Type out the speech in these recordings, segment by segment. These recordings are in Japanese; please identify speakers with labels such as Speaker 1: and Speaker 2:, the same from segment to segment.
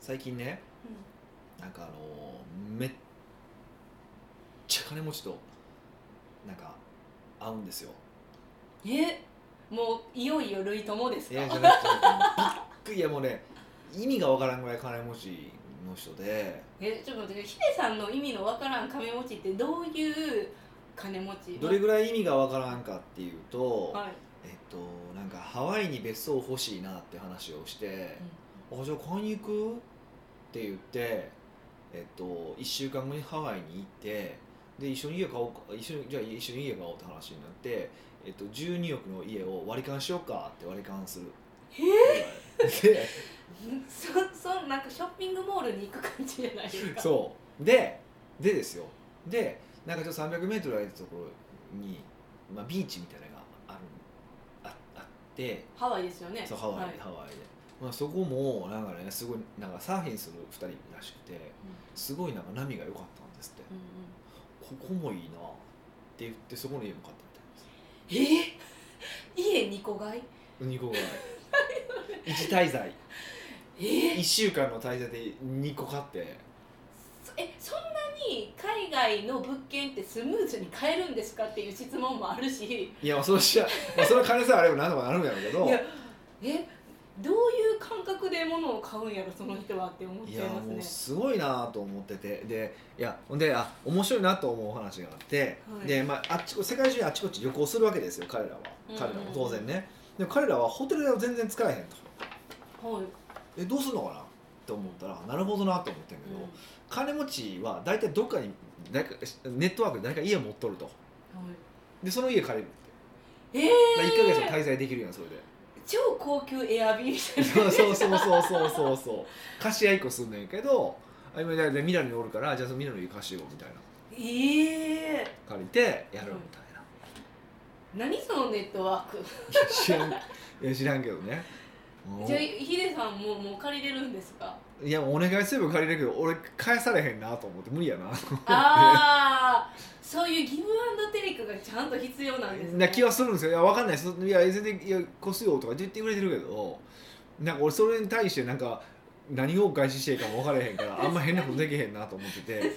Speaker 1: 最近ね
Speaker 2: う
Speaker 1: なんかあのーめっちゃ金持ちとなんか会うんですよ
Speaker 2: ん、えもういよいよ類ともです
Speaker 1: い
Speaker 2: か
Speaker 1: やじゃなくてびっくりいやもうね意味がわからんぐらい金持ちの人で
Speaker 2: えちょっと待ってヒデさんの意味のわからん金持ちってどういう金持ち
Speaker 1: どれぐらい意味がわからんかっていうと、
Speaker 2: はい、
Speaker 1: えっとなんかハワイに別荘欲しいなって話をして「あじゃあ買いに行く?」って言って、えっと、1週間後にハワイに行ってで一緒に家買おうか一緒にじゃあ一緒に家買おうって話になって、えっと、12億の家を割り勘しようかって割り勘する。で
Speaker 2: うんそそなんかショッピングモールに行く感じじゃないですか
Speaker 1: そうででですよでなんかちょっと 300m 離れたところに、まあ、ビーチみたいなのがあるああって
Speaker 2: ハワイですよね
Speaker 1: そうハワイ、
Speaker 2: はい
Speaker 1: ハワイで、まあ、そこもなんかねすごいなんかサーフィンする2人らしくてすごいなんか波が良かったんですって
Speaker 2: うんうんうん
Speaker 1: ここもいいなって言ってそこの家も買ったみたいです
Speaker 2: えー、家2個買い
Speaker 1: 2個ぐ らい1滞在
Speaker 2: え
Speaker 1: 1週間の滞在で2個買って
Speaker 2: そえそんなに海外の物件ってスムーズに買えるんですかっていう質問もあるしい
Speaker 1: いやまあそれしゃ、まあ、それは金さえあれば何とかなるんやろうけど
Speaker 2: やえどういう感覚で物を買うんやろその人はって思っ
Speaker 1: い
Speaker 2: ち
Speaker 1: や
Speaker 2: ゃいます
Speaker 1: も
Speaker 2: ね
Speaker 1: うすごいなと思っててでいやほんであ面白いなと思うお話があって、
Speaker 2: はい
Speaker 1: で、まあ、あっちこ世界中にあっちこっち旅行するわけですよ彼らは
Speaker 2: うんうんう
Speaker 1: 彼
Speaker 2: ん
Speaker 1: らも当然ね、でも彼らはホテル代を全然使えへんと
Speaker 2: はい、
Speaker 1: えどうするのかなって思ったらなるほどなと思ってんけど、
Speaker 2: うん
Speaker 1: 金持ちは大体どっかに誰かネットワークで誰か家持っとると
Speaker 2: はい
Speaker 1: でその家借りるっ
Speaker 2: ええ
Speaker 1: て1か月も滞在できるやんそれで
Speaker 2: 超高級エアビーみたいな
Speaker 1: そうそうそうそうそうそうそう貸し合いっこすんねんけどあ今でミラノにおるからじゃあそのミラノに貸しようみたいな
Speaker 2: ええ
Speaker 1: 借りてやるみたいな、
Speaker 2: 何そのネットワーク
Speaker 1: いや知らんいや知らんけどねもう
Speaker 2: じゃあヒデさんももう借りれるんですか
Speaker 1: いやお願いすれば借りれるけど俺返されへんなと思って無理やな
Speaker 2: ああそういうギブアンドテイクがちゃんと必要なんですね
Speaker 1: な気はするんですよいやわかんないですいや全然いやこすよとか言ってくれてるけどなんか俺それに対してなんか何を返ししていいかも分からへんからあんま変なことできへんなと思ってて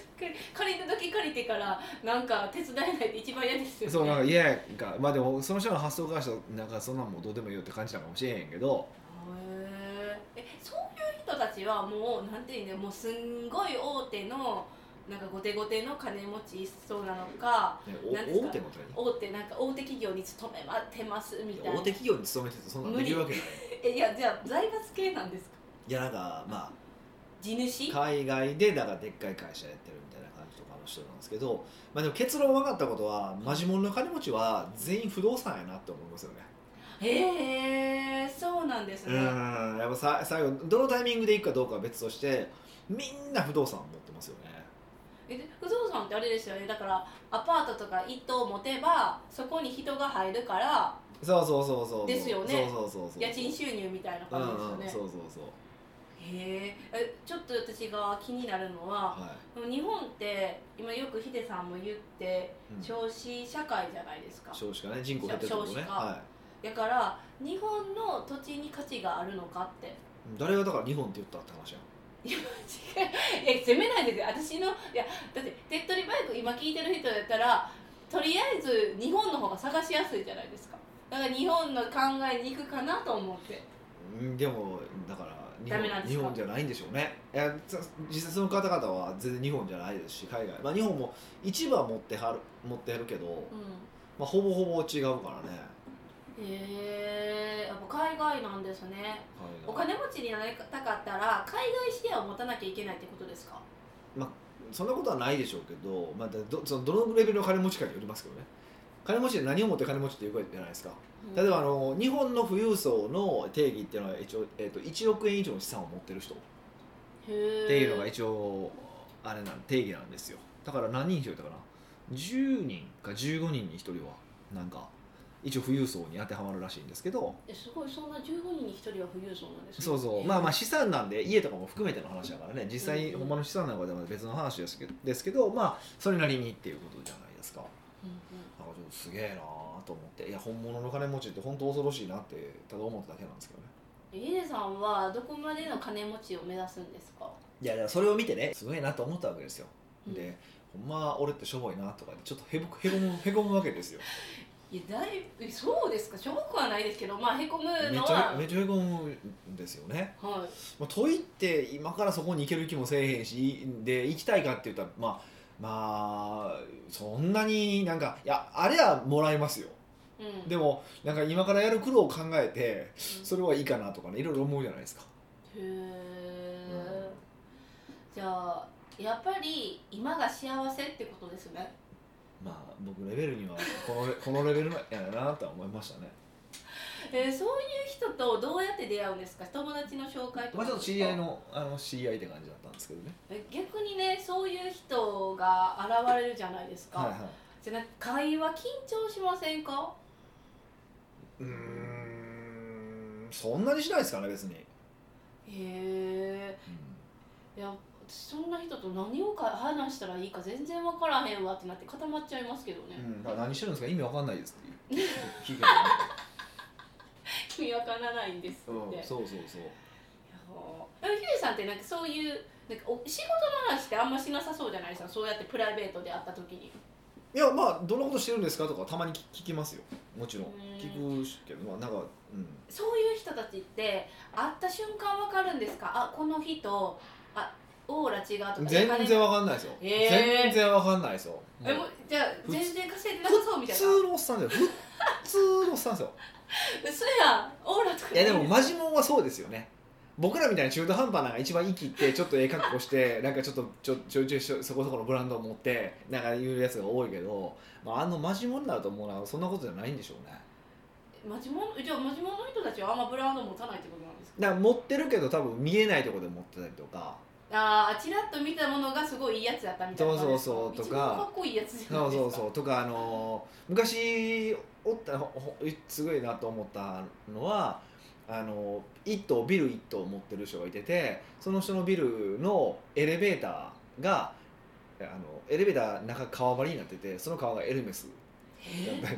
Speaker 2: 借りた時借りてからなんか手伝えないって一番嫌ですよね
Speaker 1: そうなんか嫌やんかまあでもその人の発想からしたらなんかそんなんもうどうでもいいよって感じなのかもしれへんけど
Speaker 2: へーえそういう人たちはもうなんていうんだよもうすんごい大手のなんか後手後手の金持ち一層なのか
Speaker 1: ね
Speaker 2: なんです
Speaker 1: お
Speaker 2: か
Speaker 1: 大手のと
Speaker 2: 大手なんか大手企業に勤めてますみたい
Speaker 1: 大
Speaker 2: な
Speaker 1: 手企業に勤めててそんなんできるわけない
Speaker 2: えいやじゃあ財閥系なんですか
Speaker 1: いやなんかまあ
Speaker 2: 地主
Speaker 1: 海外でだからでっかい会社やってるみたいな感じとかの人なんですけど、まあ、でも結論分かったことはマジモンの金持ちは全員不動産やなって思いますよね
Speaker 2: へえそうなんです
Speaker 1: う
Speaker 2: ね、
Speaker 1: んやっぱさ最後どのタイミングで行くかどうかは別としてみんな不動産持ってますよね
Speaker 2: えで不動産ってあれですよねだからアパートとか一棟持てばそこに人が入るから
Speaker 1: そうそうそうそう
Speaker 2: ですよね
Speaker 1: そうそうそうそう
Speaker 2: 家賃収入みたいな
Speaker 1: うん
Speaker 2: 感じですよね、
Speaker 1: うんそうそうそう
Speaker 2: へーえちょっと私が気になるのは
Speaker 1: は
Speaker 2: 日本って今よくヒデさんも言って
Speaker 1: い、うん
Speaker 2: 少子社会じゃないですか、
Speaker 1: 少子化ね人口減ってるとこ
Speaker 2: 少
Speaker 1: ね
Speaker 2: 子化
Speaker 1: は
Speaker 2: だから日本の土地に価値があるのかって
Speaker 1: い誰がだから日本って言ったって話やん
Speaker 2: 違ういや責めないでください私のいやだって手っ取り早く今聞いてる人だったらとりあえず日本の方が探しやすいじゃないですかだから日本の考えに行くかなと思って
Speaker 1: うんでもだから日
Speaker 2: ダメなん
Speaker 1: 本
Speaker 2: です
Speaker 1: 日
Speaker 2: か
Speaker 1: 本じゃないんでしょうねいやさ実際その方々は全然日本じゃないですし海外、まあ、日本も一部は持ってはる持ってはるけど、
Speaker 2: うん
Speaker 1: まあ、ほぼほぼ違うからね
Speaker 2: へえやっぱ海外なんですね
Speaker 1: 海外
Speaker 2: お金持ちになりたかったら海外視野を持たなきゃいけないってことですか
Speaker 1: そんなことはないでしょうけど、まあ、だどそのどのレベルの金持ちかによりますけどね金持ちで何を持って金持ちっていうことじゃないですか例えばあの日本の富裕層の定義っていうのは一応、えっと1億円以上の資産を持ってる人っ
Speaker 2: へー
Speaker 1: ていうのが一応あれなん定義なんですよだから何人一人だったかな10人か15人に1人はなんか一応富裕層に当てはまるらしいんですけど
Speaker 2: えすごいそんな15人に1人は富裕層なんですね
Speaker 1: そうそうまあまあ資産なんで家とかも含めての話だからね実際ほんまの資産なんかでは別の話ですけどですけどまあそれなりにっていうことじゃないですか
Speaker 2: うんうん
Speaker 1: なんかちょっとすげえなーと思っていや本物の金持ちって本当恐ろしいなってただ思っただけなんですけどね
Speaker 2: ヒデさんはどこまでの金持ちを目指すんですか、
Speaker 1: いやだからそれを見てねすごいなと思ったわけですよ、
Speaker 2: うん
Speaker 1: でほんま俺ってしょぼいなとかでちょっとへぼへこむへこむわけですよ
Speaker 2: いやだいぶそうですかしょぼくはないですけどまあへこむ
Speaker 1: めっ
Speaker 2: の
Speaker 1: ちゃ
Speaker 2: は
Speaker 1: めっちゃへこむんですよね、
Speaker 2: はい
Speaker 1: まあ、といって今からそこに行ける気もせえへんしで行きたいかって言ったらまあまあそんなになんかいやあれはもらえますよ
Speaker 2: うん、
Speaker 1: で
Speaker 2: も、
Speaker 1: もなんか今からやる苦労を考えてそれはいいかなとかねいろいろ思うじゃないですか
Speaker 2: へえ、じゃあやっぱり今が幸せってことですね
Speaker 1: まあ僕レベルにはこのレこのレベルやなとは思いましたね
Speaker 2: えーそういう人とどうやって出会うんですか友達の紹介とかですか、
Speaker 1: まあちょっと知り合いのあの知り合いって感じだったんですけどね
Speaker 2: え逆にねそういう人が現れるじゃないですか、
Speaker 1: はいはい
Speaker 2: じゃあなんか会話緊張しませんか
Speaker 1: うーんそんなにしないですかね別に、
Speaker 2: へえいや私そんな人と何をか話したらいいか全然分からへんわってなって固まっちゃいますけどね、
Speaker 1: うんだから何してるんですか意味わかんないですっていう聞いて
Speaker 2: 君分からないんですって、
Speaker 1: る
Speaker 2: い
Speaker 1: ね、う
Speaker 2: や
Speaker 1: ん、そうそうそう
Speaker 2: もうでもヒデさんってなんかそういうなんかお仕事の話ってあんましなさそうじゃないですかそうやってプライベートで会った時に
Speaker 1: いやまあどんなことしてるんですかとかたまに聞聞きますよもちろん
Speaker 2: うん
Speaker 1: 聞くしけどまあなんかうん
Speaker 2: そういう人たちって会った瞬間わかるんですかあこの人あオーラ違うとか
Speaker 1: 全然わかんないですよ、
Speaker 2: へー
Speaker 1: 全然わかんないですよ
Speaker 2: えも
Speaker 1: も
Speaker 2: う
Speaker 1: う
Speaker 2: じゃあ
Speaker 1: 普通
Speaker 2: 全然稼いでなさそうみ
Speaker 1: 普
Speaker 2: たいな
Speaker 1: 通のおっさんですよ普通のおっさんで すよ
Speaker 2: 嘘やんオーラとか
Speaker 1: いやでも
Speaker 2: ま
Speaker 1: マジモンはそうですよね僕らみたいな中途半端なのが一番息ってちょっとええ格好して なんかちょっとちょちょいちょいしょそこそこのブランドを持ってなんかいうやつが多いけど、まあ、あのマジモンになると思うのはそんなことじゃないんでしょうね
Speaker 2: マジモンじゃあマジモンの人たちはあんまブランド持たないってことなんですか
Speaker 1: だから持ってるけど多分見えないところで持ってたりとか
Speaker 2: ああちらっと見たものがすごいいいやつだったみたいな
Speaker 1: そうそうそう
Speaker 2: 感じです
Speaker 1: とか
Speaker 2: 一番かっこいいやつじゃな
Speaker 1: そ
Speaker 2: いうですか
Speaker 1: そうそうとかあのー昔おったほほすごいなと思ったのはあのー一棟ビル一棟持ってる人がいててその人のビルのエレベーターがあのエレベーターの中川張りになっててその川がエルメスだったり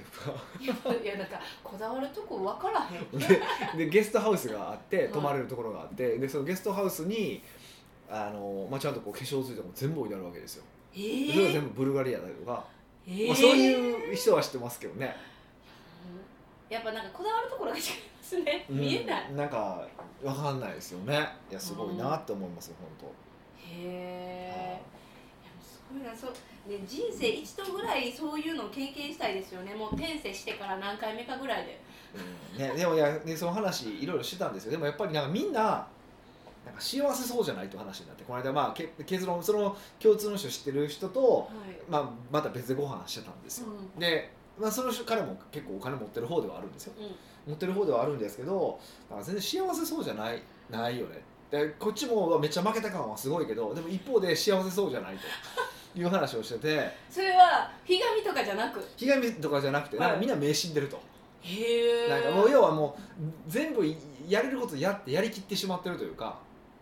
Speaker 1: と か
Speaker 2: えいやなんかこだわるとこ分からへん
Speaker 1: ででゲストハウスがあって
Speaker 2: い
Speaker 1: 泊まれるところがあってでそのゲストハウスにあのー、まあ、ちゃんとこう化粧水とかも全部置いてあるわけですよ。
Speaker 2: え
Speaker 1: でそれが
Speaker 2: ー
Speaker 1: 全部ブルガリアだとか、
Speaker 2: えー
Speaker 1: まあ、そういう人は知ってますけどね。
Speaker 2: やっぱなんかこだわるところが違いますね、
Speaker 1: うん
Speaker 2: 見えない
Speaker 1: なんかわかんないですよねいやすごいなって思いますよ本当
Speaker 2: へえすごいなそう、ね、人生一度ぐらいそういうのを経験したいですよねもう転生してから何回目かぐらいで
Speaker 1: うんね、でもいやでその話いろいろしてたんですよでもやっぱりなんかみんななんか幸せそうじゃないと話になってこの間まあけ結論その共通の人知ってる人と、
Speaker 2: はい、
Speaker 1: まあ、また別でご飯してたんですよ、で、まあ、その人彼も結構お金持ってる方ではあるんですよ
Speaker 2: うんうん、
Speaker 1: 持ってる方ではあるんですけどなんか全然幸せそうじゃないないよねでこっちもめっちゃ負けた感はすごいけどでも一方で幸せそうじゃないという話をしてて
Speaker 2: それはひがみとかじゃなく
Speaker 1: ひがみとかじゃなくてなん
Speaker 2: は
Speaker 1: か
Speaker 2: い
Speaker 1: みんな迷信でると、
Speaker 2: へえ
Speaker 1: なんかもう要はもう全部やれることやってやりきってしまってるというか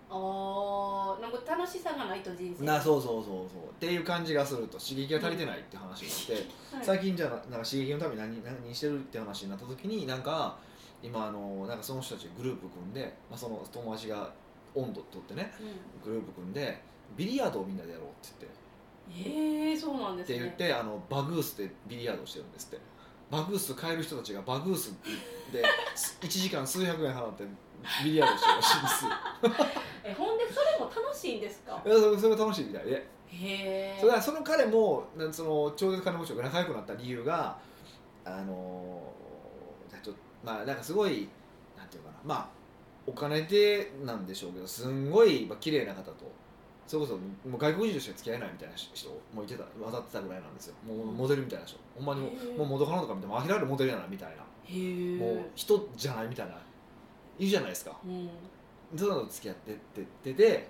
Speaker 2: あーなんか楽しさがないと人生
Speaker 1: なそうそうそうそうっていう感じがすると刺激が足りてないって話があって、
Speaker 2: はい
Speaker 1: 最近じゃあなんか刺激のために何何してるって話になった時になんか今あのなんかその人たちグループ組んで、まあ、その友達が温度取ってね
Speaker 2: う
Speaker 1: グループ組んでビリヤードをみんなでやろうって言って
Speaker 2: ん、へえそうなんです
Speaker 1: って
Speaker 2: ね
Speaker 1: 言ってあのバグースでビリヤードしてるんですってバグース買える人たちがバグースで 1時間数百円払ってビリヤードしてるらしいんですよ
Speaker 2: えほんでそれも楽しいんですか
Speaker 1: いやそれそれ楽しいみたいで
Speaker 2: へえ
Speaker 1: それはその彼もなそのちょうど金持ちと仲良くなった理由があのーちょっとまあなんかすごいなんていうかなまあお金でなんでしょうけどすんごい、まあ綺麗な方とそれこそもう外国人としか付き合えないみたいな人もいてた渡ってたぐらいなんですよもうモデルみたいな人ほんまにもう
Speaker 2: へー
Speaker 1: もう元カノとか見ても明らかにモデルやなみたいな
Speaker 2: へえ
Speaker 1: もう人じゃないみたいないいじゃないですか
Speaker 2: うん
Speaker 1: そういうのと付き合ってってってで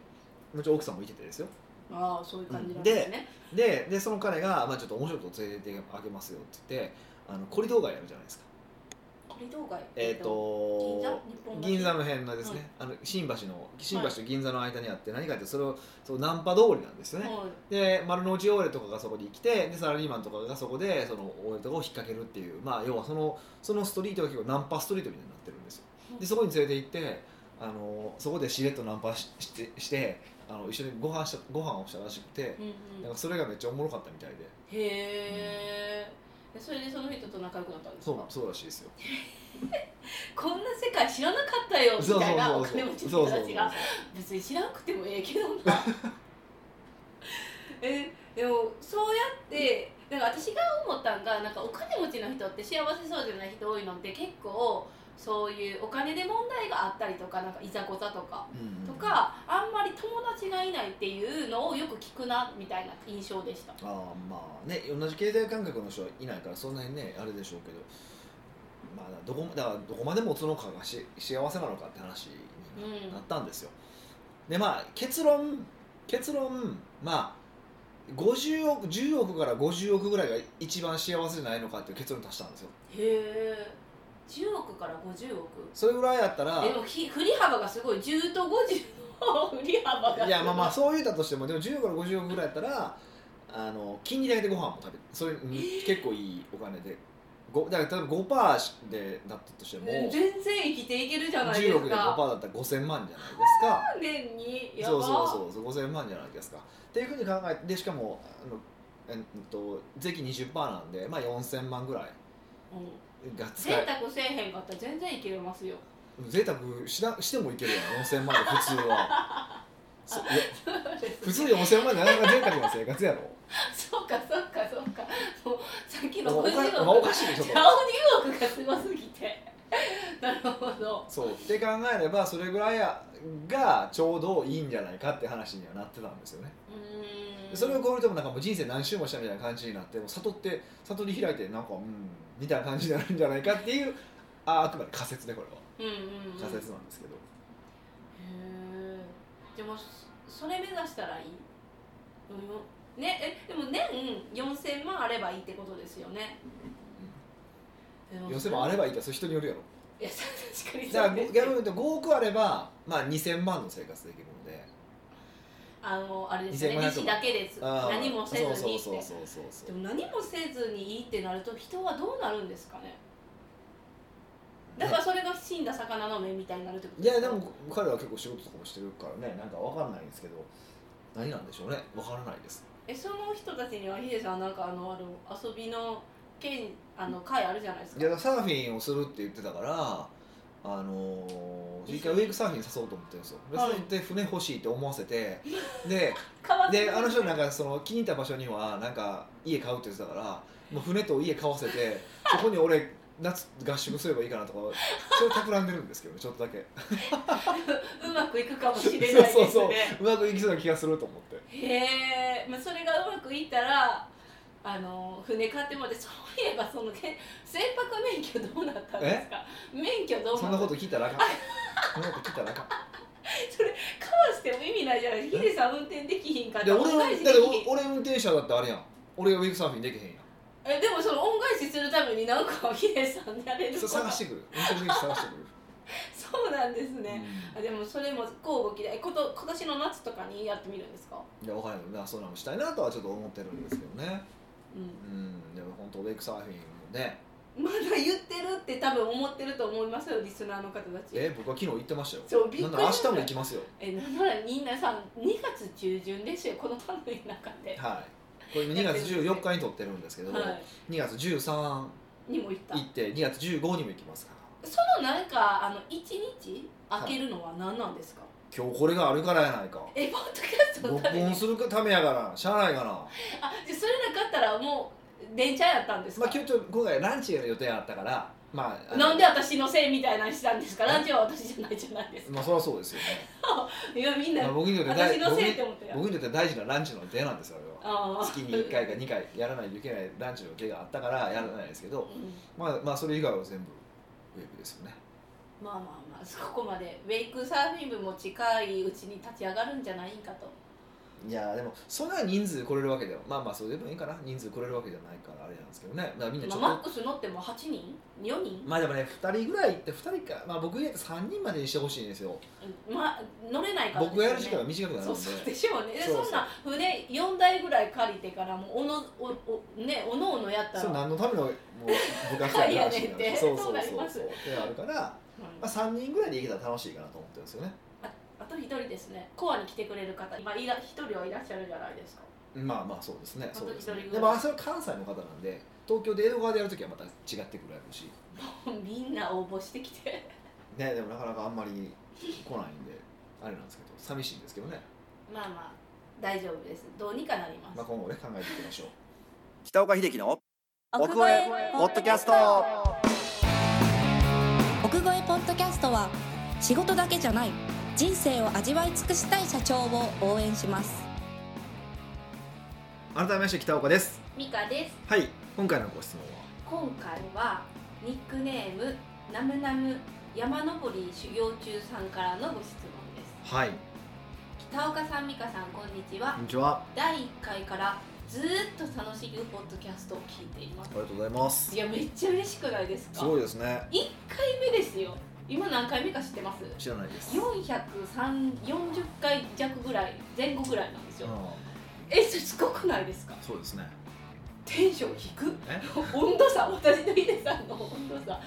Speaker 1: もちろん奥さんもいててですよ
Speaker 2: ああそういう感じなんですね、
Speaker 1: ででその彼が、まあ、ちょっと面白いとこ連れてってあげますよって言ってあのコリドー街あるじゃないですか
Speaker 2: コリドー街
Speaker 1: えっ、と
Speaker 2: 銀座日本橋
Speaker 1: 銀座の辺のですね、あの新橋の新橋と銀座の間にあって、何かってそれをそうナンパ通りなんですよね、
Speaker 2: はい
Speaker 1: で丸の内オーレとかがそこに来てでサラリーマンとかがそこでそのオーレとかを引っ掛けるっていうまあ要はそのそのストリートが結構ナンパストリートみたいになってるんですよでそこに連れて行ってあのそこでしれっとナンパししてしてあの一緒にご飯したご飯をしたらしくて
Speaker 2: うんう
Speaker 1: なん
Speaker 2: ん
Speaker 1: かそれがめっちゃおもろかったみたいで
Speaker 2: へえそれでその人と仲良くなったんです
Speaker 1: そう
Speaker 2: か
Speaker 1: そうらしい ですよ
Speaker 2: こんな世界知らなかったよみたいなお
Speaker 1: そう
Speaker 2: 金持ち
Speaker 1: そ
Speaker 2: の
Speaker 1: うそう
Speaker 2: 人
Speaker 1: そう
Speaker 2: たちが別に知らなくてもええけ どなえでもそうやってなんか私が思ったんがなんかお金持ちの人って幸せそうじゃない人多いのって結構そういうお金で問題があったりとかなんかいざこざとか
Speaker 1: うん
Speaker 2: とかあんまり友達がいないっていうのをよく聞くなみたいな印象でした
Speaker 1: あーまあね同じ経済感覚の人はいないからそんなにねあれでしょうけどまあどこだからどこまでもそのかがし幸せなのかって話
Speaker 2: うん
Speaker 1: になったんですよ、でまあ結論結論まあ50億10億から50億ぐらいが一番幸せじゃないのかっていう結論に達したんですよ
Speaker 2: へえ10億から50億
Speaker 1: それぐらいやったら
Speaker 2: でもひ振り幅がすごい10と50の振り幅がすご
Speaker 1: いやまあまあそう言うたとしてもでも10から50億ぐらいやったらあの金利だけでご飯も食べるそれうん結構いいお金でごだから例えば5%しでだったとしても
Speaker 2: 全然生きていけるじゃないで
Speaker 1: 10
Speaker 2: す
Speaker 1: 億で
Speaker 2: か
Speaker 1: 5%だったら5000万じゃないですか
Speaker 2: 年にや
Speaker 1: そ
Speaker 2: ば
Speaker 1: うそうそうそう5000万じゃないですかっていうふうに考えてでしかもあのえっと税金20%なんで、まあ、4000万ぐらい
Speaker 2: うん
Speaker 1: が使
Speaker 2: 贅
Speaker 1: え
Speaker 2: 沢せえへんかったら全然生きれますよ
Speaker 1: 贅沢しなしてもいけるやん4000万で普通は そういや 普通4000万でなかなか贅沢な生活やろ
Speaker 2: そうかそうかそうかもうさっきの
Speaker 1: おか
Speaker 2: 50億
Speaker 1: まあおかしいでしょ
Speaker 2: ち
Speaker 1: と
Speaker 2: ゃう2億がすごすぎて なるほど
Speaker 1: そうって考えればそれぐらいがちょうどいいんじゃないかって話にはなってたんですよね、
Speaker 2: うーん
Speaker 1: それを超えるともなんかもう人生何周もしたみたいな感じになってもう悟って悟り開いてなんかうんみたいな感じになるんじゃないかっていうああくまで仮説ねこれは
Speaker 2: うんうん、うん、
Speaker 1: 仮説なんですけど、
Speaker 2: へえでもそそれ目指したらいい、うん、ねえでも年4000万あればいいってことですよね
Speaker 1: うん、要するにあればいいってそれ人によるやろ
Speaker 2: いやそ確かに
Speaker 1: だ
Speaker 2: そ
Speaker 1: から
Speaker 2: うです
Speaker 1: 逆に
Speaker 2: けど
Speaker 1: 言うと5億あれば、まあ、2000万の生活できるので
Speaker 2: あのあれですね
Speaker 1: 2500
Speaker 2: 利子だけです
Speaker 1: あー
Speaker 2: 何もせずにって
Speaker 1: そうそうそうそうそう
Speaker 2: でも何もせずにいいってなると人はどうなるんですかねだからそれが死んだ魚の目みたいになるってこと
Speaker 1: いやでも彼は結構仕事とかもしてるからねなんかわかんないんですけど何なんでしょうねわからないです
Speaker 2: えその人たちにはヒデさんなんかあのあの遊びの件あの会あるじゃないです
Speaker 1: い
Speaker 2: か
Speaker 1: やサーフィンをするって言ってたからあのー、一回ウェイクサーフィン誘おうと思ってるんですよで
Speaker 2: はい
Speaker 1: それで船欲しいって思わせ てで
Speaker 2: 変わって
Speaker 1: であの人なんかその気に入った場所にはなんか家買うって言ってたからもう船と家買わせてそこに俺夏合宿すればいいかなとかそれ企んでるんですけどねちょっとだけ
Speaker 2: うまくいくかもしれないですね
Speaker 1: そうそううまくいきそうな気がすると思って
Speaker 2: へえ、まあ、それがうまくいったらあの船買ってもでそういえばそのけ船舶免許どうなったんですか免許どうなった
Speaker 1: そんなこと聞いたらあかんそんなこと聞いたらあかん
Speaker 2: かわしても意味ないじゃないヒデさん運転できひんかっ
Speaker 1: で
Speaker 2: たら
Speaker 1: 俺の
Speaker 2: 恩
Speaker 1: だっ
Speaker 2: 返してできひん
Speaker 1: 俺運転手だってあれやん俺がウェイクサーフィンできへんやん
Speaker 2: えでもその恩返しするためになんかヒデさんになれるこ
Speaker 1: そ
Speaker 2: と
Speaker 1: う探してくる運転手探してくる、
Speaker 2: そうなんですね、
Speaker 1: う
Speaker 2: あでもそれも交互期待こと今年の夏とかにやってみるんですか
Speaker 1: ん、いやわからないなそうなのしたいなとはちょっと思ってるんですけどね
Speaker 2: うん
Speaker 1: うんでも本当ウェイクサーフィンもね
Speaker 2: まだ言ってるって多分思ってると思いますよリスナーの方たち
Speaker 1: え僕は昨日行ってましたよ
Speaker 2: そうびっくり
Speaker 1: なんなら明日も行きますよ
Speaker 2: えなんならみんなさ2月中旬ですよこの番組の中で、
Speaker 1: はいこれ2月14日に撮ってるんですけど、
Speaker 2: は
Speaker 1: 2月13
Speaker 2: い、にも行った
Speaker 1: 行って2月15にも行きますから
Speaker 2: そのなんかあの1日開けるのは何なんですか、
Speaker 1: 今日これがあるからやないか
Speaker 2: えポッドキャストの
Speaker 1: 録
Speaker 2: ために
Speaker 1: 音
Speaker 2: あ
Speaker 1: するためやからしゃあないかな
Speaker 2: じゃあそれなかったらもう電車やったんです
Speaker 1: ま
Speaker 2: か
Speaker 1: あ、、今日ちょっと今回ランチの予定あったから、まあ、あの
Speaker 2: なんで私のせいみたいなのしたんですか
Speaker 1: え
Speaker 2: ランチは私じゃないじゃないですか
Speaker 1: まあそりゃそうですよ ね、
Speaker 2: いやみん
Speaker 1: ま
Speaker 2: な
Speaker 1: あ、僕にとって
Speaker 2: 私
Speaker 1: 大
Speaker 2: の
Speaker 1: 僕
Speaker 2: せいっ
Speaker 1: に
Speaker 2: て思ってる
Speaker 1: 僕にとって大事なランチの予定なんですよあれは
Speaker 2: ああ
Speaker 1: 月に1回か2回やらないといけないランチの予定があったからやらないですけ
Speaker 2: う
Speaker 1: ど、
Speaker 2: ん
Speaker 1: まあ、まあそれ以外は全部ウェブですよね
Speaker 2: まあまあまあそこまでウェイクサーフィン部も近いうちに立ち上がるんじゃないかと
Speaker 1: いやーでもそんな人数来れるわけではまあまあそれでもいいかな人数来れるわけじゃないからあれなんですけどねだからみんなちょっと、
Speaker 2: まあ、マックス乗っても8人4人
Speaker 1: まあでもね2人ぐらいって2人かまあ僕入れて3人までにしてほしいんですよ
Speaker 2: まあ、乗れないからですよね、
Speaker 1: 僕がやる時間が短くなるん
Speaker 2: そ
Speaker 1: で
Speaker 2: うそうでしょうねで
Speaker 1: そうそう
Speaker 2: そんな船4台ぐらい借りてからもうおのおおねおのおのやった
Speaker 1: それ
Speaker 2: ら
Speaker 1: 何のためのもう部活やって話にな
Speaker 2: いやねんて
Speaker 1: るそうそう
Speaker 2: そうなり
Speaker 1: そう
Speaker 2: ます
Speaker 1: そうであるから
Speaker 2: う
Speaker 1: まあ、3人ぐらいで行けたら楽しいかなと思ってるんですよね
Speaker 2: あと一人ですねコアに来てくれる方今いら一人はいらっしゃるじゃないですか
Speaker 1: まあまあそうですね
Speaker 2: あと
Speaker 1: そうですね
Speaker 2: 一人ぐらい
Speaker 1: でもあそれは関西の方なんで東京で江戸川でやるときはまた違ってくるやろうし、
Speaker 2: みんな応募してきて
Speaker 1: ね、でもなかなかあんまり来ないんであれなんですけど寂しいんですけどね、
Speaker 2: まあまあ大丈夫ですどうにかなります、
Speaker 1: まあ、今後ね考えていきましょう北岡秀樹の
Speaker 3: 奥越えポッドキャスト奥越えポッドキャストは仕事だけじゃない人生を味わい尽くしたい社長を応援します
Speaker 1: 改めまして北岡です
Speaker 2: ミカです
Speaker 1: はい今回のご質問は
Speaker 2: 今回はニックネームナムナム山登り修行中さんからのご質問です
Speaker 1: はい
Speaker 2: 北岡さん美香さんこんにちは
Speaker 1: こんにちは
Speaker 2: 第1回からずーっと楽しいポッドキャストを聞いていま
Speaker 1: あ
Speaker 2: す
Speaker 1: りがとうございます
Speaker 2: いやめっちゃ嬉しくないですか
Speaker 1: すごいですね
Speaker 2: 1回目ですよ今何回目か知ってます
Speaker 1: 知らないです
Speaker 2: 440回弱ぐらい前後ぐらいなんです
Speaker 1: う
Speaker 2: よ、
Speaker 1: ん
Speaker 2: えそれすごくないですか
Speaker 1: そうですね
Speaker 2: テンション低く
Speaker 1: え
Speaker 2: 温度差私とヒデさんの温度差
Speaker 1: はい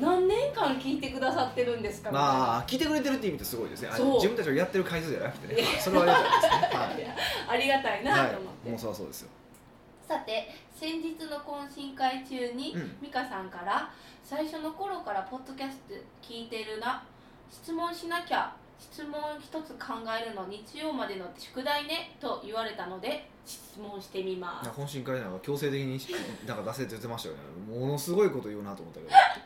Speaker 2: 何年間聞いてくださってるんですかみたいな
Speaker 1: まあ聞いてくれてるって意味ってすごいですねあの
Speaker 2: そう
Speaker 1: 自分たちがやってる回数じゃなくてねそれはありがたい
Speaker 2: い
Speaker 1: ですね
Speaker 2: やありがた
Speaker 1: は、
Speaker 2: いないと
Speaker 1: は
Speaker 2: 思っ
Speaker 1: い、
Speaker 2: て、
Speaker 1: もうそうそうですよ
Speaker 2: さて先日の懇親会中に、
Speaker 1: うん
Speaker 2: 美香さんから最初の頃からポッドキャスト聞いてるな質問しなきゃ質問一つ考えるの日曜までの宿題ねと言われたので質問してみま
Speaker 1: い
Speaker 2: す
Speaker 1: や懇親会なんか強制的になんか出せって言ってましたよねものすごいこと言うなと思ったけど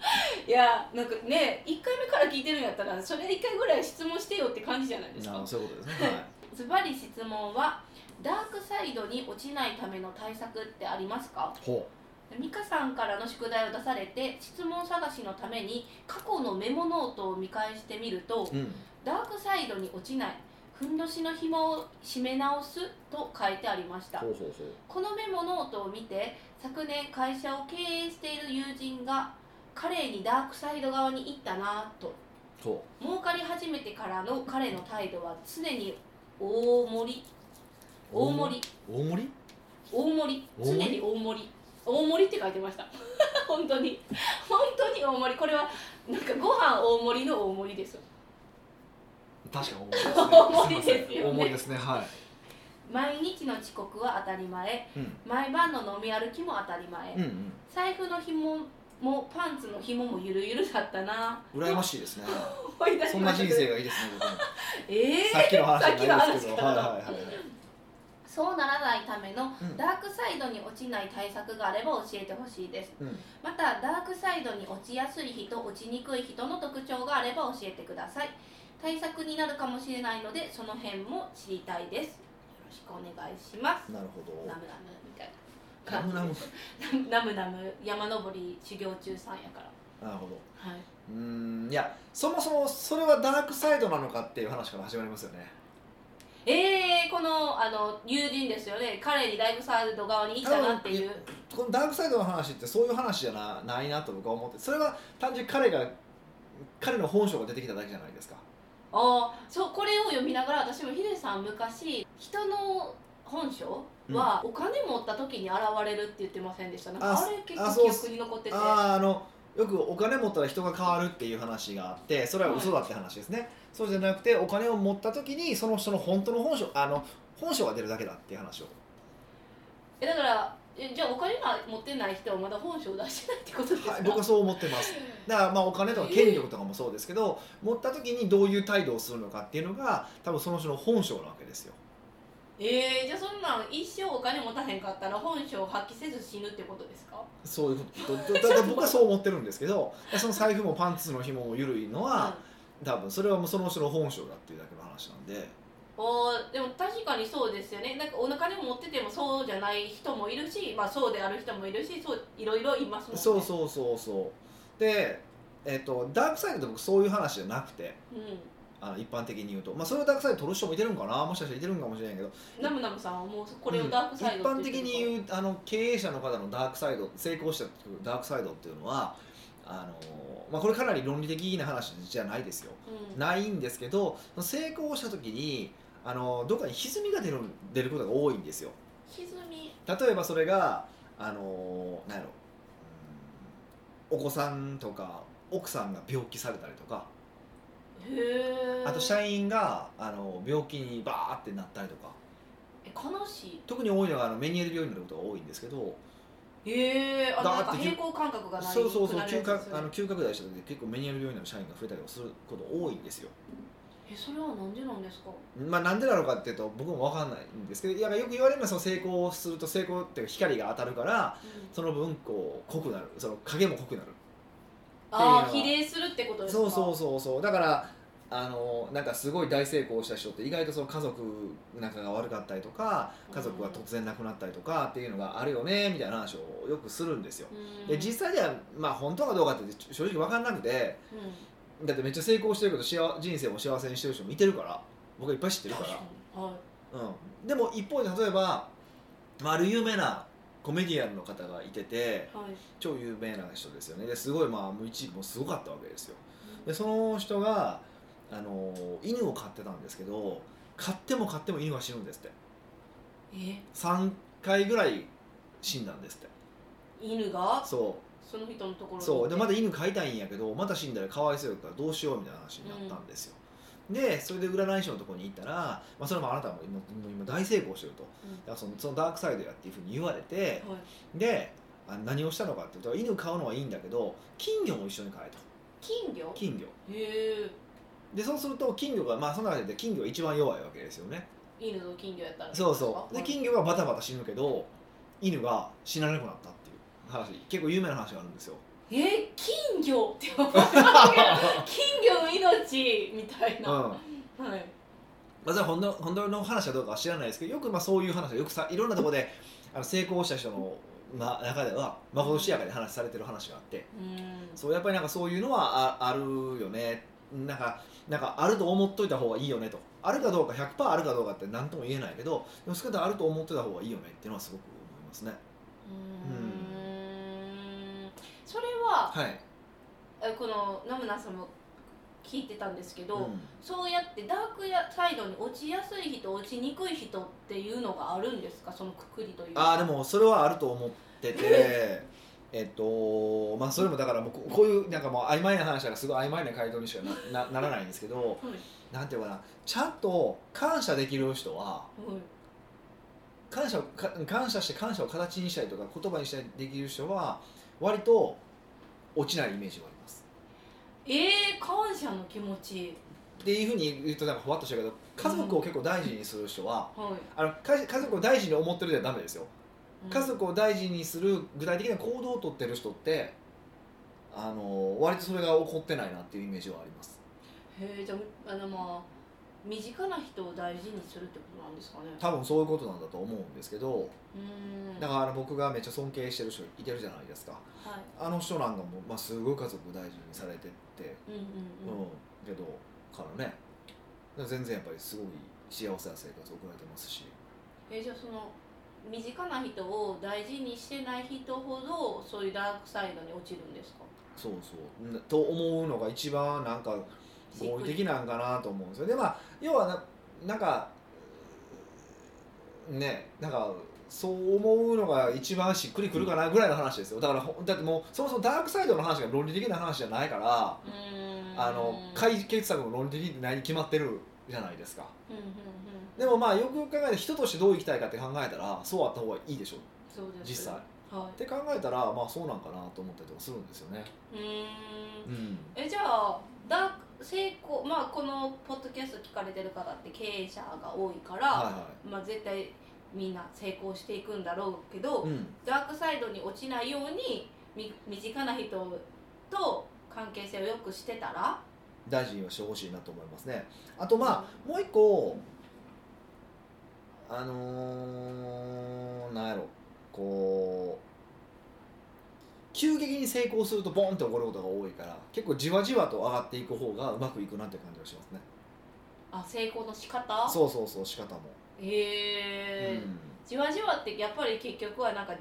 Speaker 2: いやなんかね1回目から聞いてるんやったらそれ1回ぐらい質問してよって感じじゃないです
Speaker 1: なるほ
Speaker 2: か
Speaker 1: どそういうことですね、はい
Speaker 2: ズバリ質問はダークサイドに落ちないための対策ってありますか
Speaker 1: ほ
Speaker 2: 美香さんからの宿題を出されて質問探しのために過去のメモノートを見返してみると
Speaker 1: う、うん、
Speaker 2: ダークサイドに落ちないふんどしの紐を締め直すと書いてありました
Speaker 1: ほうほうほう
Speaker 2: このメモノートを見て昨年会社を経営している友人が彼にダークサイド側に行ったなぁと
Speaker 1: ほ
Speaker 2: 儲かり始めてからの彼の態度は常に大盛り
Speaker 1: う
Speaker 2: 大盛り
Speaker 1: 大盛り
Speaker 2: 大盛り
Speaker 1: 大
Speaker 2: 常
Speaker 1: 盛り
Speaker 2: に大盛り大盛りって書いてました 本当に本当に大盛りこれはなんかご飯大盛りの大盛りです
Speaker 1: 確かに大
Speaker 2: 大盛
Speaker 1: 盛
Speaker 2: り
Speaker 1: りで
Speaker 2: で
Speaker 1: すす
Speaker 2: よね
Speaker 1: ね大盛りですねは
Speaker 2: 毎日の遅刻は当たり前
Speaker 1: い、うん、
Speaker 2: 毎晩の飲み歩きも当たり前、
Speaker 1: うんうん
Speaker 2: 財布の紐もパンツの紐もゆるゆるだったな
Speaker 1: 羨ましいです ね
Speaker 2: 思い出し
Speaker 1: そん
Speaker 2: ま
Speaker 1: な
Speaker 2: した
Speaker 1: 人
Speaker 2: けど
Speaker 1: 生がいいですね僕も
Speaker 2: ええ
Speaker 1: さっきの話じゃないですけ
Speaker 2: さ
Speaker 1: ど
Speaker 2: っきの話か
Speaker 1: はい
Speaker 2: ら
Speaker 1: はいはいはい
Speaker 2: そうならないための
Speaker 1: うん
Speaker 2: ダークサイドに落ちない対策があれば教えてほしいです
Speaker 1: うん
Speaker 2: またダークサイドに落ちやすい人落ちにくい人の特徴があれば教えてください対策になるかもしれないのでその辺も知りたいですよろしくお願いします
Speaker 1: なるほ
Speaker 2: ナムナムみたい
Speaker 1: ど
Speaker 2: な
Speaker 1: ナムナム
Speaker 2: ナムナム山登り修行中さんやから
Speaker 1: なるほど
Speaker 2: はい、
Speaker 1: うーんいやそもそもそれはダークサイドなのかっていう話から始まりますよね
Speaker 2: えー、このあの友人ですよね彼にライブサイド側に行ったなっていう
Speaker 1: このダークサイドの話ってそういう話じゃなないなと僕は思ってそれは単純に彼が彼の本性が出てきただけじゃないですか
Speaker 2: あーそうこれを読みながら私もヒデさん昔人の本性はお金持った時に現れるって言ってませんでしたなんか
Speaker 1: あ
Speaker 2: あれ結
Speaker 1: あ
Speaker 2: 構
Speaker 1: そう
Speaker 2: 記
Speaker 1: っす
Speaker 2: 憶に残ってて
Speaker 1: あーあのよくお金持ったら人が変わるっていう話があってそれは嘘だって話ですね、そうじゃなくてお金を持った時にその人の本当の本性あの本性が出るだけだっていう話を
Speaker 2: えだからえじゃあお金が持ってない人はまだ本性を出してないってことですか、
Speaker 1: はい、僕はそう思ってますだからまあお金とか権力とかもそうですけど、持った時にどういう態度をするのかっていうのが多分その人の本性なわけですよ
Speaker 2: えー、じゃあそんなん一生お金持たへんかったら本性を発揮せず死ぬってことですか
Speaker 1: そういうことだだだ僕はそう思ってるんですけどその財布もパンツの紐も緩いのは、多分それはもうその人の本性だっていうだけの話なんで
Speaker 2: うん、おーでも確かにそうですよねなんかお金持っててもそうじゃない人もいるし、まあ、そうである人もいるしそういろいろいますもんね
Speaker 1: そうそうそうそうで、えっとダークサイドって僕そういう話じゃなくて
Speaker 2: う、うん、
Speaker 1: あの一般的に言うと、まあ、それをダークサイド取る人もいてるんかなもしかしたらいてるんかもしれないけど
Speaker 2: ナムナムさんはもうこれをダークサイド
Speaker 1: うん一般的に
Speaker 2: う、
Speaker 1: 言うあの経営者の方のダークサイド成功者っていうダークサイドっていうのはあの、まあ、これかなり論理的な話じゃないですよ
Speaker 2: うん、
Speaker 1: ないんですけど成功した時にあのどっかに歪みが出る出ることが多いんですよ
Speaker 2: 歪み
Speaker 1: 例えばそれがあのなんやろうんお子さんとか奥さんが病気されたりとか
Speaker 2: へえ
Speaker 1: あと社員があの病気にバーってなったりとか
Speaker 2: え悲し
Speaker 1: 特に多いのがあのメニエル病になることが多いんですけど
Speaker 2: いへえあ
Speaker 1: だ
Speaker 2: なん
Speaker 1: っ
Speaker 2: か
Speaker 1: て
Speaker 2: 平行感覚がない
Speaker 1: そうそうそう
Speaker 2: くなるや
Speaker 1: 急
Speaker 2: つ
Speaker 1: 拡
Speaker 2: ですね
Speaker 1: あの急拡大した時結構メニエル病になる社員が増えたりとかすること多いんですよ。
Speaker 2: えそれはなんでなんですか
Speaker 1: まあ、なんでなのかっていうと僕も分かんないんですけどいやよく言われるのはその成功すると成功っていうか光が当たるからその分こう濃くなるその影も濃くなる
Speaker 2: ああ
Speaker 1: っていうのは
Speaker 2: 比例するってことですか
Speaker 1: そうそうそうそうだからあのなんかすごい大成功した人って意外とその家族仲が悪かったりとか家族が突然亡くなったりとかっていうのがあるよねみたいな話をよくするんですよ
Speaker 2: うん
Speaker 1: で実際ではまあ本当かどうかって正直分かんなくて
Speaker 2: うん
Speaker 1: だってめっちゃ成功してるけど幸人生も幸せにしてる人もいてるから僕はいっぱい知ってるか
Speaker 2: 確
Speaker 1: ら
Speaker 2: かにはい
Speaker 1: うん、でも一方で例えば、まあ、ある有名なコメディアンの方がいてて
Speaker 2: はい
Speaker 1: 超有名な人ですよねですごいまあもう一部もすごかったわけですよでその人があの犬を飼ってたんですけど飼っても飼っても犬が死ぬんですって
Speaker 2: え
Speaker 1: 3回ぐらい死んだんですって
Speaker 2: 犬が
Speaker 1: そ
Speaker 2: その人のところ
Speaker 1: う
Speaker 2: に
Speaker 1: そうでまだ犬飼いたいんやけどまた死んだらかわいそうやからどうしようみたいな話になったんですよ、でそれで占い師のところに行ったら、まあ、それもあなたも今今大成功してると
Speaker 2: う
Speaker 1: だ
Speaker 2: ん
Speaker 1: からそのそのダークサイドやっていうふうに言われて
Speaker 2: はい
Speaker 1: であ何をしたのかっていうと犬飼うのはいいんだけど金魚も一緒に飼えと
Speaker 2: 金魚
Speaker 1: 金魚
Speaker 2: へえ
Speaker 1: でそうすると金魚がまあその中で金魚が一番弱いわけですよね
Speaker 2: 犬の金魚やったら
Speaker 1: そうそう
Speaker 2: で
Speaker 1: です
Speaker 2: か
Speaker 1: 金魚がバタバタ死ぬけど犬が死ななくなったっていう話結構有名な話があるんですよ
Speaker 2: え金魚って思った金魚の命みたい
Speaker 1: うん
Speaker 2: な、
Speaker 1: ま
Speaker 2: はい
Speaker 1: あ、それは本当本当の話かどうかは知らないですけどよくまあそういう話はよくさいろんなところであの成功した人の、ま、中ではまことしやかに話されてる話があって
Speaker 2: うん
Speaker 1: そうやっぱりなんかそういうのはああるよねなんかなんかあると思っといた方がいいよねとあるかどうか100%あるかどうかって何とも言えないけどでも少なくともあると思っといた方がいいよねっていうのはすごく思いますね
Speaker 2: うーんそれは
Speaker 1: はい、
Speaker 2: えこのナムナさんも聞いてたんですけど、
Speaker 1: うん
Speaker 2: そうやってダークやサイドに落ちやすい人落ちにくい人っていうのがあるんですかそのくくりというか
Speaker 1: ああでもそれはあると思っててえっとまあそれもだからもうここういうなんかもう曖昧な話だからすごい曖昧な回答にしかななならないんですけど
Speaker 2: はい
Speaker 1: なんていうかなちゃんと感謝できる人は
Speaker 2: はい
Speaker 1: 感謝をか感謝して感謝を形にしたりとか言葉にしたりできる人は割と落ちないイメージがあります
Speaker 2: えー、感謝の気持ち
Speaker 1: っていうふうに言うとなんかふわっとしたけど家族を結構大事にする人は、
Speaker 2: はい
Speaker 1: あの家家族を大事に思ってるじゃダメですよ
Speaker 2: うん
Speaker 1: 家族を大事にする具体的な行動をとってる人ってあの割とそれが起こってないなっていうイメージはあります
Speaker 2: へえじゃああのまあ身近な人を大事にするってことなんですかね
Speaker 1: 多分そういうことなんだと思うんですけど
Speaker 2: うーん
Speaker 1: だからあの僕がめっちゃ尊敬してる人いてるじゃないですか
Speaker 2: はい
Speaker 1: あの人なんかも、まあ、すごい家族を大事にされてって
Speaker 2: うんうんうん、
Speaker 1: うん、けどからねだから全然やっぱりすごい幸せな生活を送られてますし
Speaker 2: えじゃあその身近な人を大事にしてない人ほどそういうダークサイドに落ちるんですか
Speaker 1: そうそうなと思うのが一番なんか合理的なんかなと思うんですよでまあ要はななんかうーんねなんかそう思うのが一番しっくりくるかなぐらいの話ですよだからほだってもうそもそもダークサイドの話が論理的な話じゃないから
Speaker 2: うーん
Speaker 1: あの解決策も論理的に決まってるじゃないですか
Speaker 2: うんうんうん
Speaker 1: でもまあよくよく考えて人としてどう生きたいかって考えたらそうあった方がいいでしょ
Speaker 2: そうです
Speaker 1: 実際っ
Speaker 2: は
Speaker 1: て考えたらまあそうなんかなと思ったりとかするんですよね、
Speaker 2: いうーん
Speaker 1: うん、
Speaker 2: えじゃあダーク成功まあこのポッドキャスト聞かれてる方って経営者が多いから、
Speaker 1: は
Speaker 2: まあ絶対みんな成功していくんだろうけど、
Speaker 1: いはい、うん、
Speaker 2: ダークサイドに落ちないようにみ身近な人と関係性を良くしてたら
Speaker 1: 大事にはしてほしいなと思いますねあとまあもう一個あのー、なんやろこう急激に成功するとボンって起こることが多いから結構じわじわと上がっていく方がうまくいくなって感じがしますね
Speaker 2: あ成功の仕方
Speaker 1: そうそうそう仕方も、
Speaker 2: へえ、
Speaker 1: うん
Speaker 2: じわじわってやっぱり結局はなんか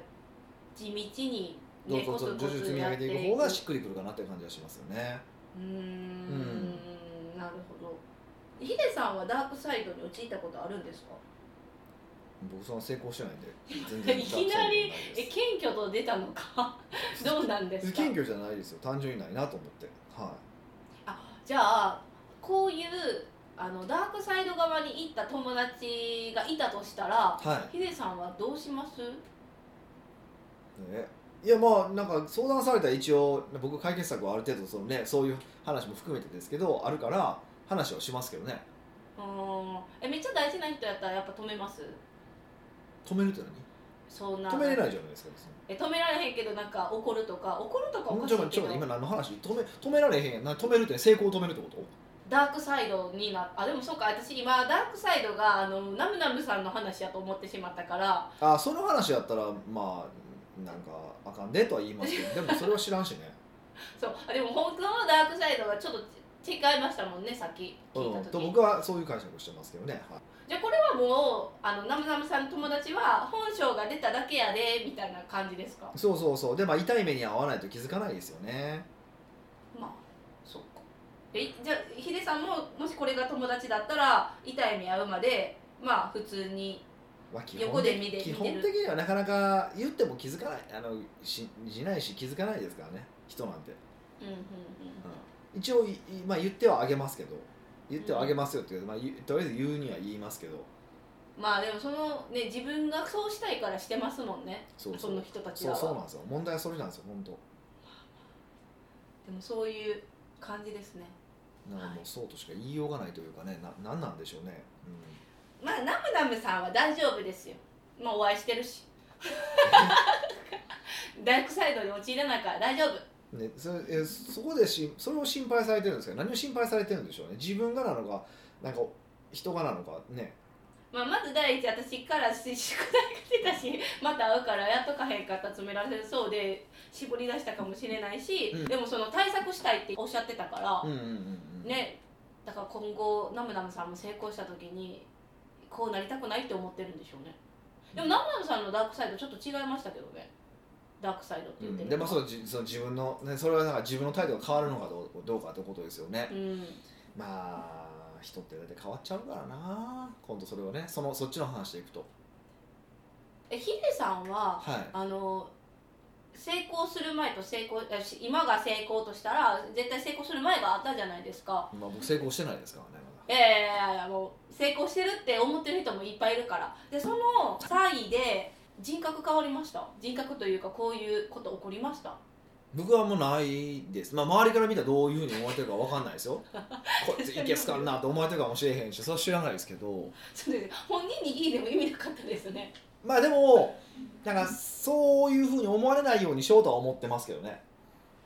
Speaker 2: 地道に
Speaker 1: ど
Speaker 2: ね
Speaker 1: うぞど
Speaker 2: コツ
Speaker 1: う
Speaker 2: コ
Speaker 1: ぞ徐々に
Speaker 2: ツ
Speaker 1: 積み
Speaker 2: や
Speaker 1: 上
Speaker 2: っ
Speaker 1: げ
Speaker 2: て
Speaker 1: て
Speaker 2: い
Speaker 1: い
Speaker 2: く
Speaker 1: く方がしっくりくるかなっていう感じがしますよね
Speaker 2: うーんなるほどヒデさんはダークサイドに陥ったことあるんですか
Speaker 1: 僕そんな成功して ないんで全
Speaker 2: いきなりえ
Speaker 1: え
Speaker 2: 謙虚と出たの かどうなんですか
Speaker 1: 謙虚じゃないですよ単純にないなと思っては
Speaker 2: じゃあこういうあのダークサイド側に行った友達がいたとしたら
Speaker 1: いはい
Speaker 2: ヒデさんはどうします
Speaker 1: ねいやまあなんか相談されたら一応僕解決策はある程度そのねそういう話も含めてですけどあるから話はしますけどね
Speaker 2: うーんえめっちゃ大事な人やったらやっぱ止めます
Speaker 1: 止めるって
Speaker 2: そんな
Speaker 1: 何止めれないじゃないですか別に
Speaker 2: え止められへんけどなんか怒るとか怒るとかおかし
Speaker 1: ち
Speaker 2: い
Speaker 1: ょっと待ってち
Speaker 2: け
Speaker 1: ょっと待っ
Speaker 2: ど
Speaker 1: て今何の話止め止められへんやんな止めるって成功を止めるってこと
Speaker 2: ダークサイドになあでもそうか私今ダークサイドがあのナムナムさんの話やと思ってしまったから
Speaker 1: あその話やったらまあなんかあかんでとは言います けどでもそれは知らんしね
Speaker 2: そうあでも本当のダークサイドはちょっと違いましたもんねさっき聞いた
Speaker 1: うん、
Speaker 2: 時、
Speaker 1: と僕はそういう解釈してますけどね、はい
Speaker 2: じゃあこれはもうあのナムナムさんの友達は本性が出ただけやでみたいな感じですか
Speaker 1: そうそうそうでまあ痛い目に遭わないと気づかないですよね
Speaker 2: まあそうかえじゃあヒデさんももしこれが友達だったら痛い目合うまでまあ普通に
Speaker 1: まあ、基
Speaker 2: 横
Speaker 1: 本
Speaker 2: で見て
Speaker 1: 基
Speaker 2: 見て
Speaker 1: 本
Speaker 2: る
Speaker 1: 的にはなかなか言っても気づかないあのししないし気づかないですからね人なんて、
Speaker 2: うんうんうん
Speaker 1: うん一応、いまあ、言ってはあげますけど言ってはあげますよっていう、まあ、ゆとりあえず言うには言いますけど
Speaker 2: まあでもそのね自分がそうしたいからしてますもんね
Speaker 1: そうそ
Speaker 2: そうの人たち
Speaker 1: そ
Speaker 2: ら
Speaker 1: う
Speaker 2: は
Speaker 1: そうなんですよ問題はそれなんですよ本当
Speaker 2: でもそういう感じですね
Speaker 1: なんかもうそうとしか言いようがないというかねななんなんでしょうね、うん
Speaker 2: まあナムナムさんは大丈夫ですよまあお会いして るしダークサイドに陥らないから大丈夫
Speaker 1: ね、それえそこでしそれを心配されてるんですけど何を心配されてるんでしょうね自分がなのかなんか人がなのかね
Speaker 2: まあ、まず第一私からし宿題が出たしまた会うからやっとかへんかった詰められそうで絞り出したかもしれないし、
Speaker 1: うん
Speaker 2: でもその対策したいっておっしゃってたから、
Speaker 1: うんうんうんうん
Speaker 2: ねだから今後ナムナムさんも成功した時にこうなりたくないって思ってるんでしょうねでもナムナムさんのダークサイドちょっと違いましたけどねダークサイドっ
Speaker 1: う
Speaker 2: て言って
Speaker 1: ん、
Speaker 2: る
Speaker 1: でまあ、そうのじその自分の、ね、それはなんか自分の態度が変わるのかどうどうかってことですよね、
Speaker 2: うん
Speaker 1: まあ人って大体変わっちゃうからな今度それをねそのそっちの話でいくと
Speaker 2: えヒデさんは
Speaker 1: はい
Speaker 2: あの成功する前と成功あし今が成功としたら絶対成功する前があったじゃないですか
Speaker 1: まあ僕成功してないですからねま
Speaker 2: いやいやいやいやもう成功してるって思ってる人もいっぱいいるからでその差異で人格変わりました人格というかこういうこと起こりました
Speaker 1: だ僕はもうないですまあ周りから見たらどういうふうに思われてるかわかんないです よこいついけすかんなと思われてるかもしれへんしそれは知らないですけど
Speaker 2: そうですね本人にいいでも意味なかったですね
Speaker 1: まあでもなんかそういうふうに思われないようにしようとは思ってますけどね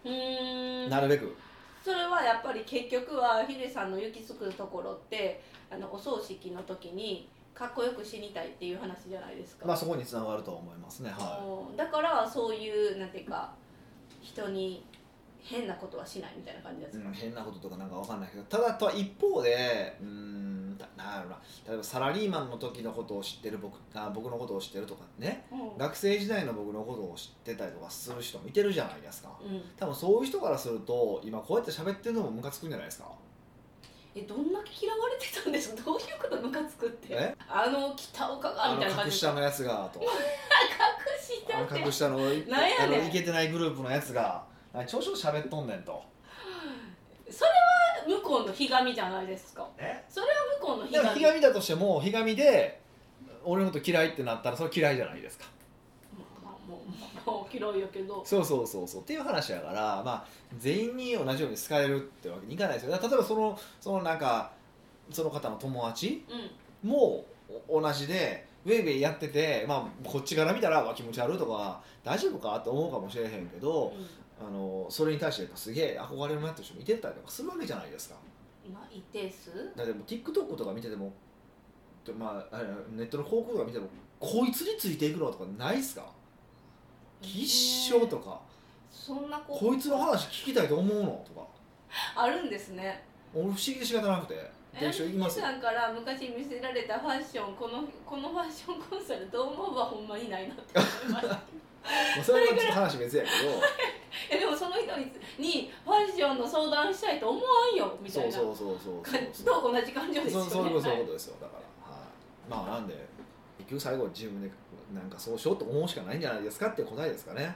Speaker 2: うーん
Speaker 1: なるべく
Speaker 2: それはやっぱり結局はヒデさんの行き着くところってあのお葬式の時にかっこよく死にたいっていう話じゃないですか、
Speaker 1: まあそこにつながるとは思いますねは
Speaker 2: うんだからそういうなんていうか人に変なことはしないみたいな感じです
Speaker 1: い、
Speaker 2: か、
Speaker 1: うん、変なこととかなんかわかんないけどただとは一方でうーんたなんやろな例えばサラリーマンの時のことを知ってる僕あ僕のことを知ってるとかね
Speaker 2: うん
Speaker 1: 学生時代の僕のことを知ってたりとかする人もいてるじゃないですか
Speaker 2: うん
Speaker 1: 多分そういう人からすると今こうやって喋ってるのもムカつくんじゃないですか
Speaker 2: えどんだけ嫌われてたんですかどういうことムカつくって
Speaker 1: え
Speaker 2: あの北岡が
Speaker 1: あ
Speaker 2: みたいな
Speaker 1: の
Speaker 2: 感
Speaker 1: 格
Speaker 2: じ
Speaker 1: 下のやつが と
Speaker 2: 隠し
Speaker 1: あの
Speaker 2: たって
Speaker 1: 格下の
Speaker 2: なんや
Speaker 1: あ
Speaker 2: ねん
Speaker 1: のイケてないグループのやつがなんか調子を喋っとんねんと
Speaker 2: 向こうのひがみじゃないですか
Speaker 1: え
Speaker 2: 向こうのひ
Speaker 1: だか
Speaker 2: が
Speaker 1: ら
Speaker 2: み
Speaker 1: ひがみだとしてもひがみで俺のこと嫌いってなったらそれは嫌いじゃないですか
Speaker 2: まあもうもう嫌いやけど
Speaker 1: そうそうそうそうっていう話やから、まあ、全員に同じように好かれるってわけにいかないですよだから例えばそのそのなんかその方の友達
Speaker 2: うん
Speaker 1: もお同じでウェイウェイやってて、まあ、こっちから見たらうわ気持ち悪いとか大丈夫かって思うかもしれへんけど
Speaker 2: う
Speaker 1: あのそれに対してやっぱすげえ憧れのやつとして見てたりとかするわけじゃないですか。
Speaker 2: んまあ一定数
Speaker 1: だってもう TikTok とか見てても、とまあ、あれネットの広告とか見ててもこいつについていくのとかないっすか吉祥と
Speaker 2: ね
Speaker 1: か
Speaker 2: そんなこ
Speaker 1: こいつの話聞きたいと思うのとか
Speaker 2: あるんですね
Speaker 1: 俺不思議で仕方なくてで一緒にいますよ
Speaker 2: さんから昔見せられたファッションこのこのファッションコンサルどう思うはほんまにないなって思いました
Speaker 1: まあそれはまあちょっと話別やけ
Speaker 2: えでもその人ににファッションの相談したいと思わんよみ
Speaker 1: ど
Speaker 2: たい
Speaker 1: そう
Speaker 2: な
Speaker 1: そうそうそうそうそう
Speaker 2: 感じと同じ感情ですよ
Speaker 1: そうそうい
Speaker 2: ね
Speaker 1: うことそう
Speaker 2: はいいう
Speaker 1: ことですよだから、はい、まあなんで結局最後自分でなんかそうしようと思うしかないんじゃないですかって答えですかね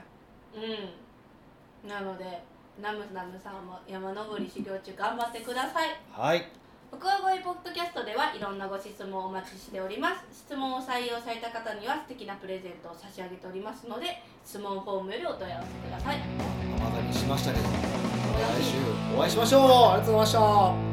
Speaker 2: うんなのでナムナムさんも山登り修行中頑張ってください
Speaker 1: はい
Speaker 2: 福は声ポッドキャストではいろんなご質問をお待ちしております質問を採用された方には素敵なプレゼントを差し上げておりますので質問フォームよりお問い合わせください
Speaker 1: まだにしましたけどまた来週お会いしましょうありがとうございました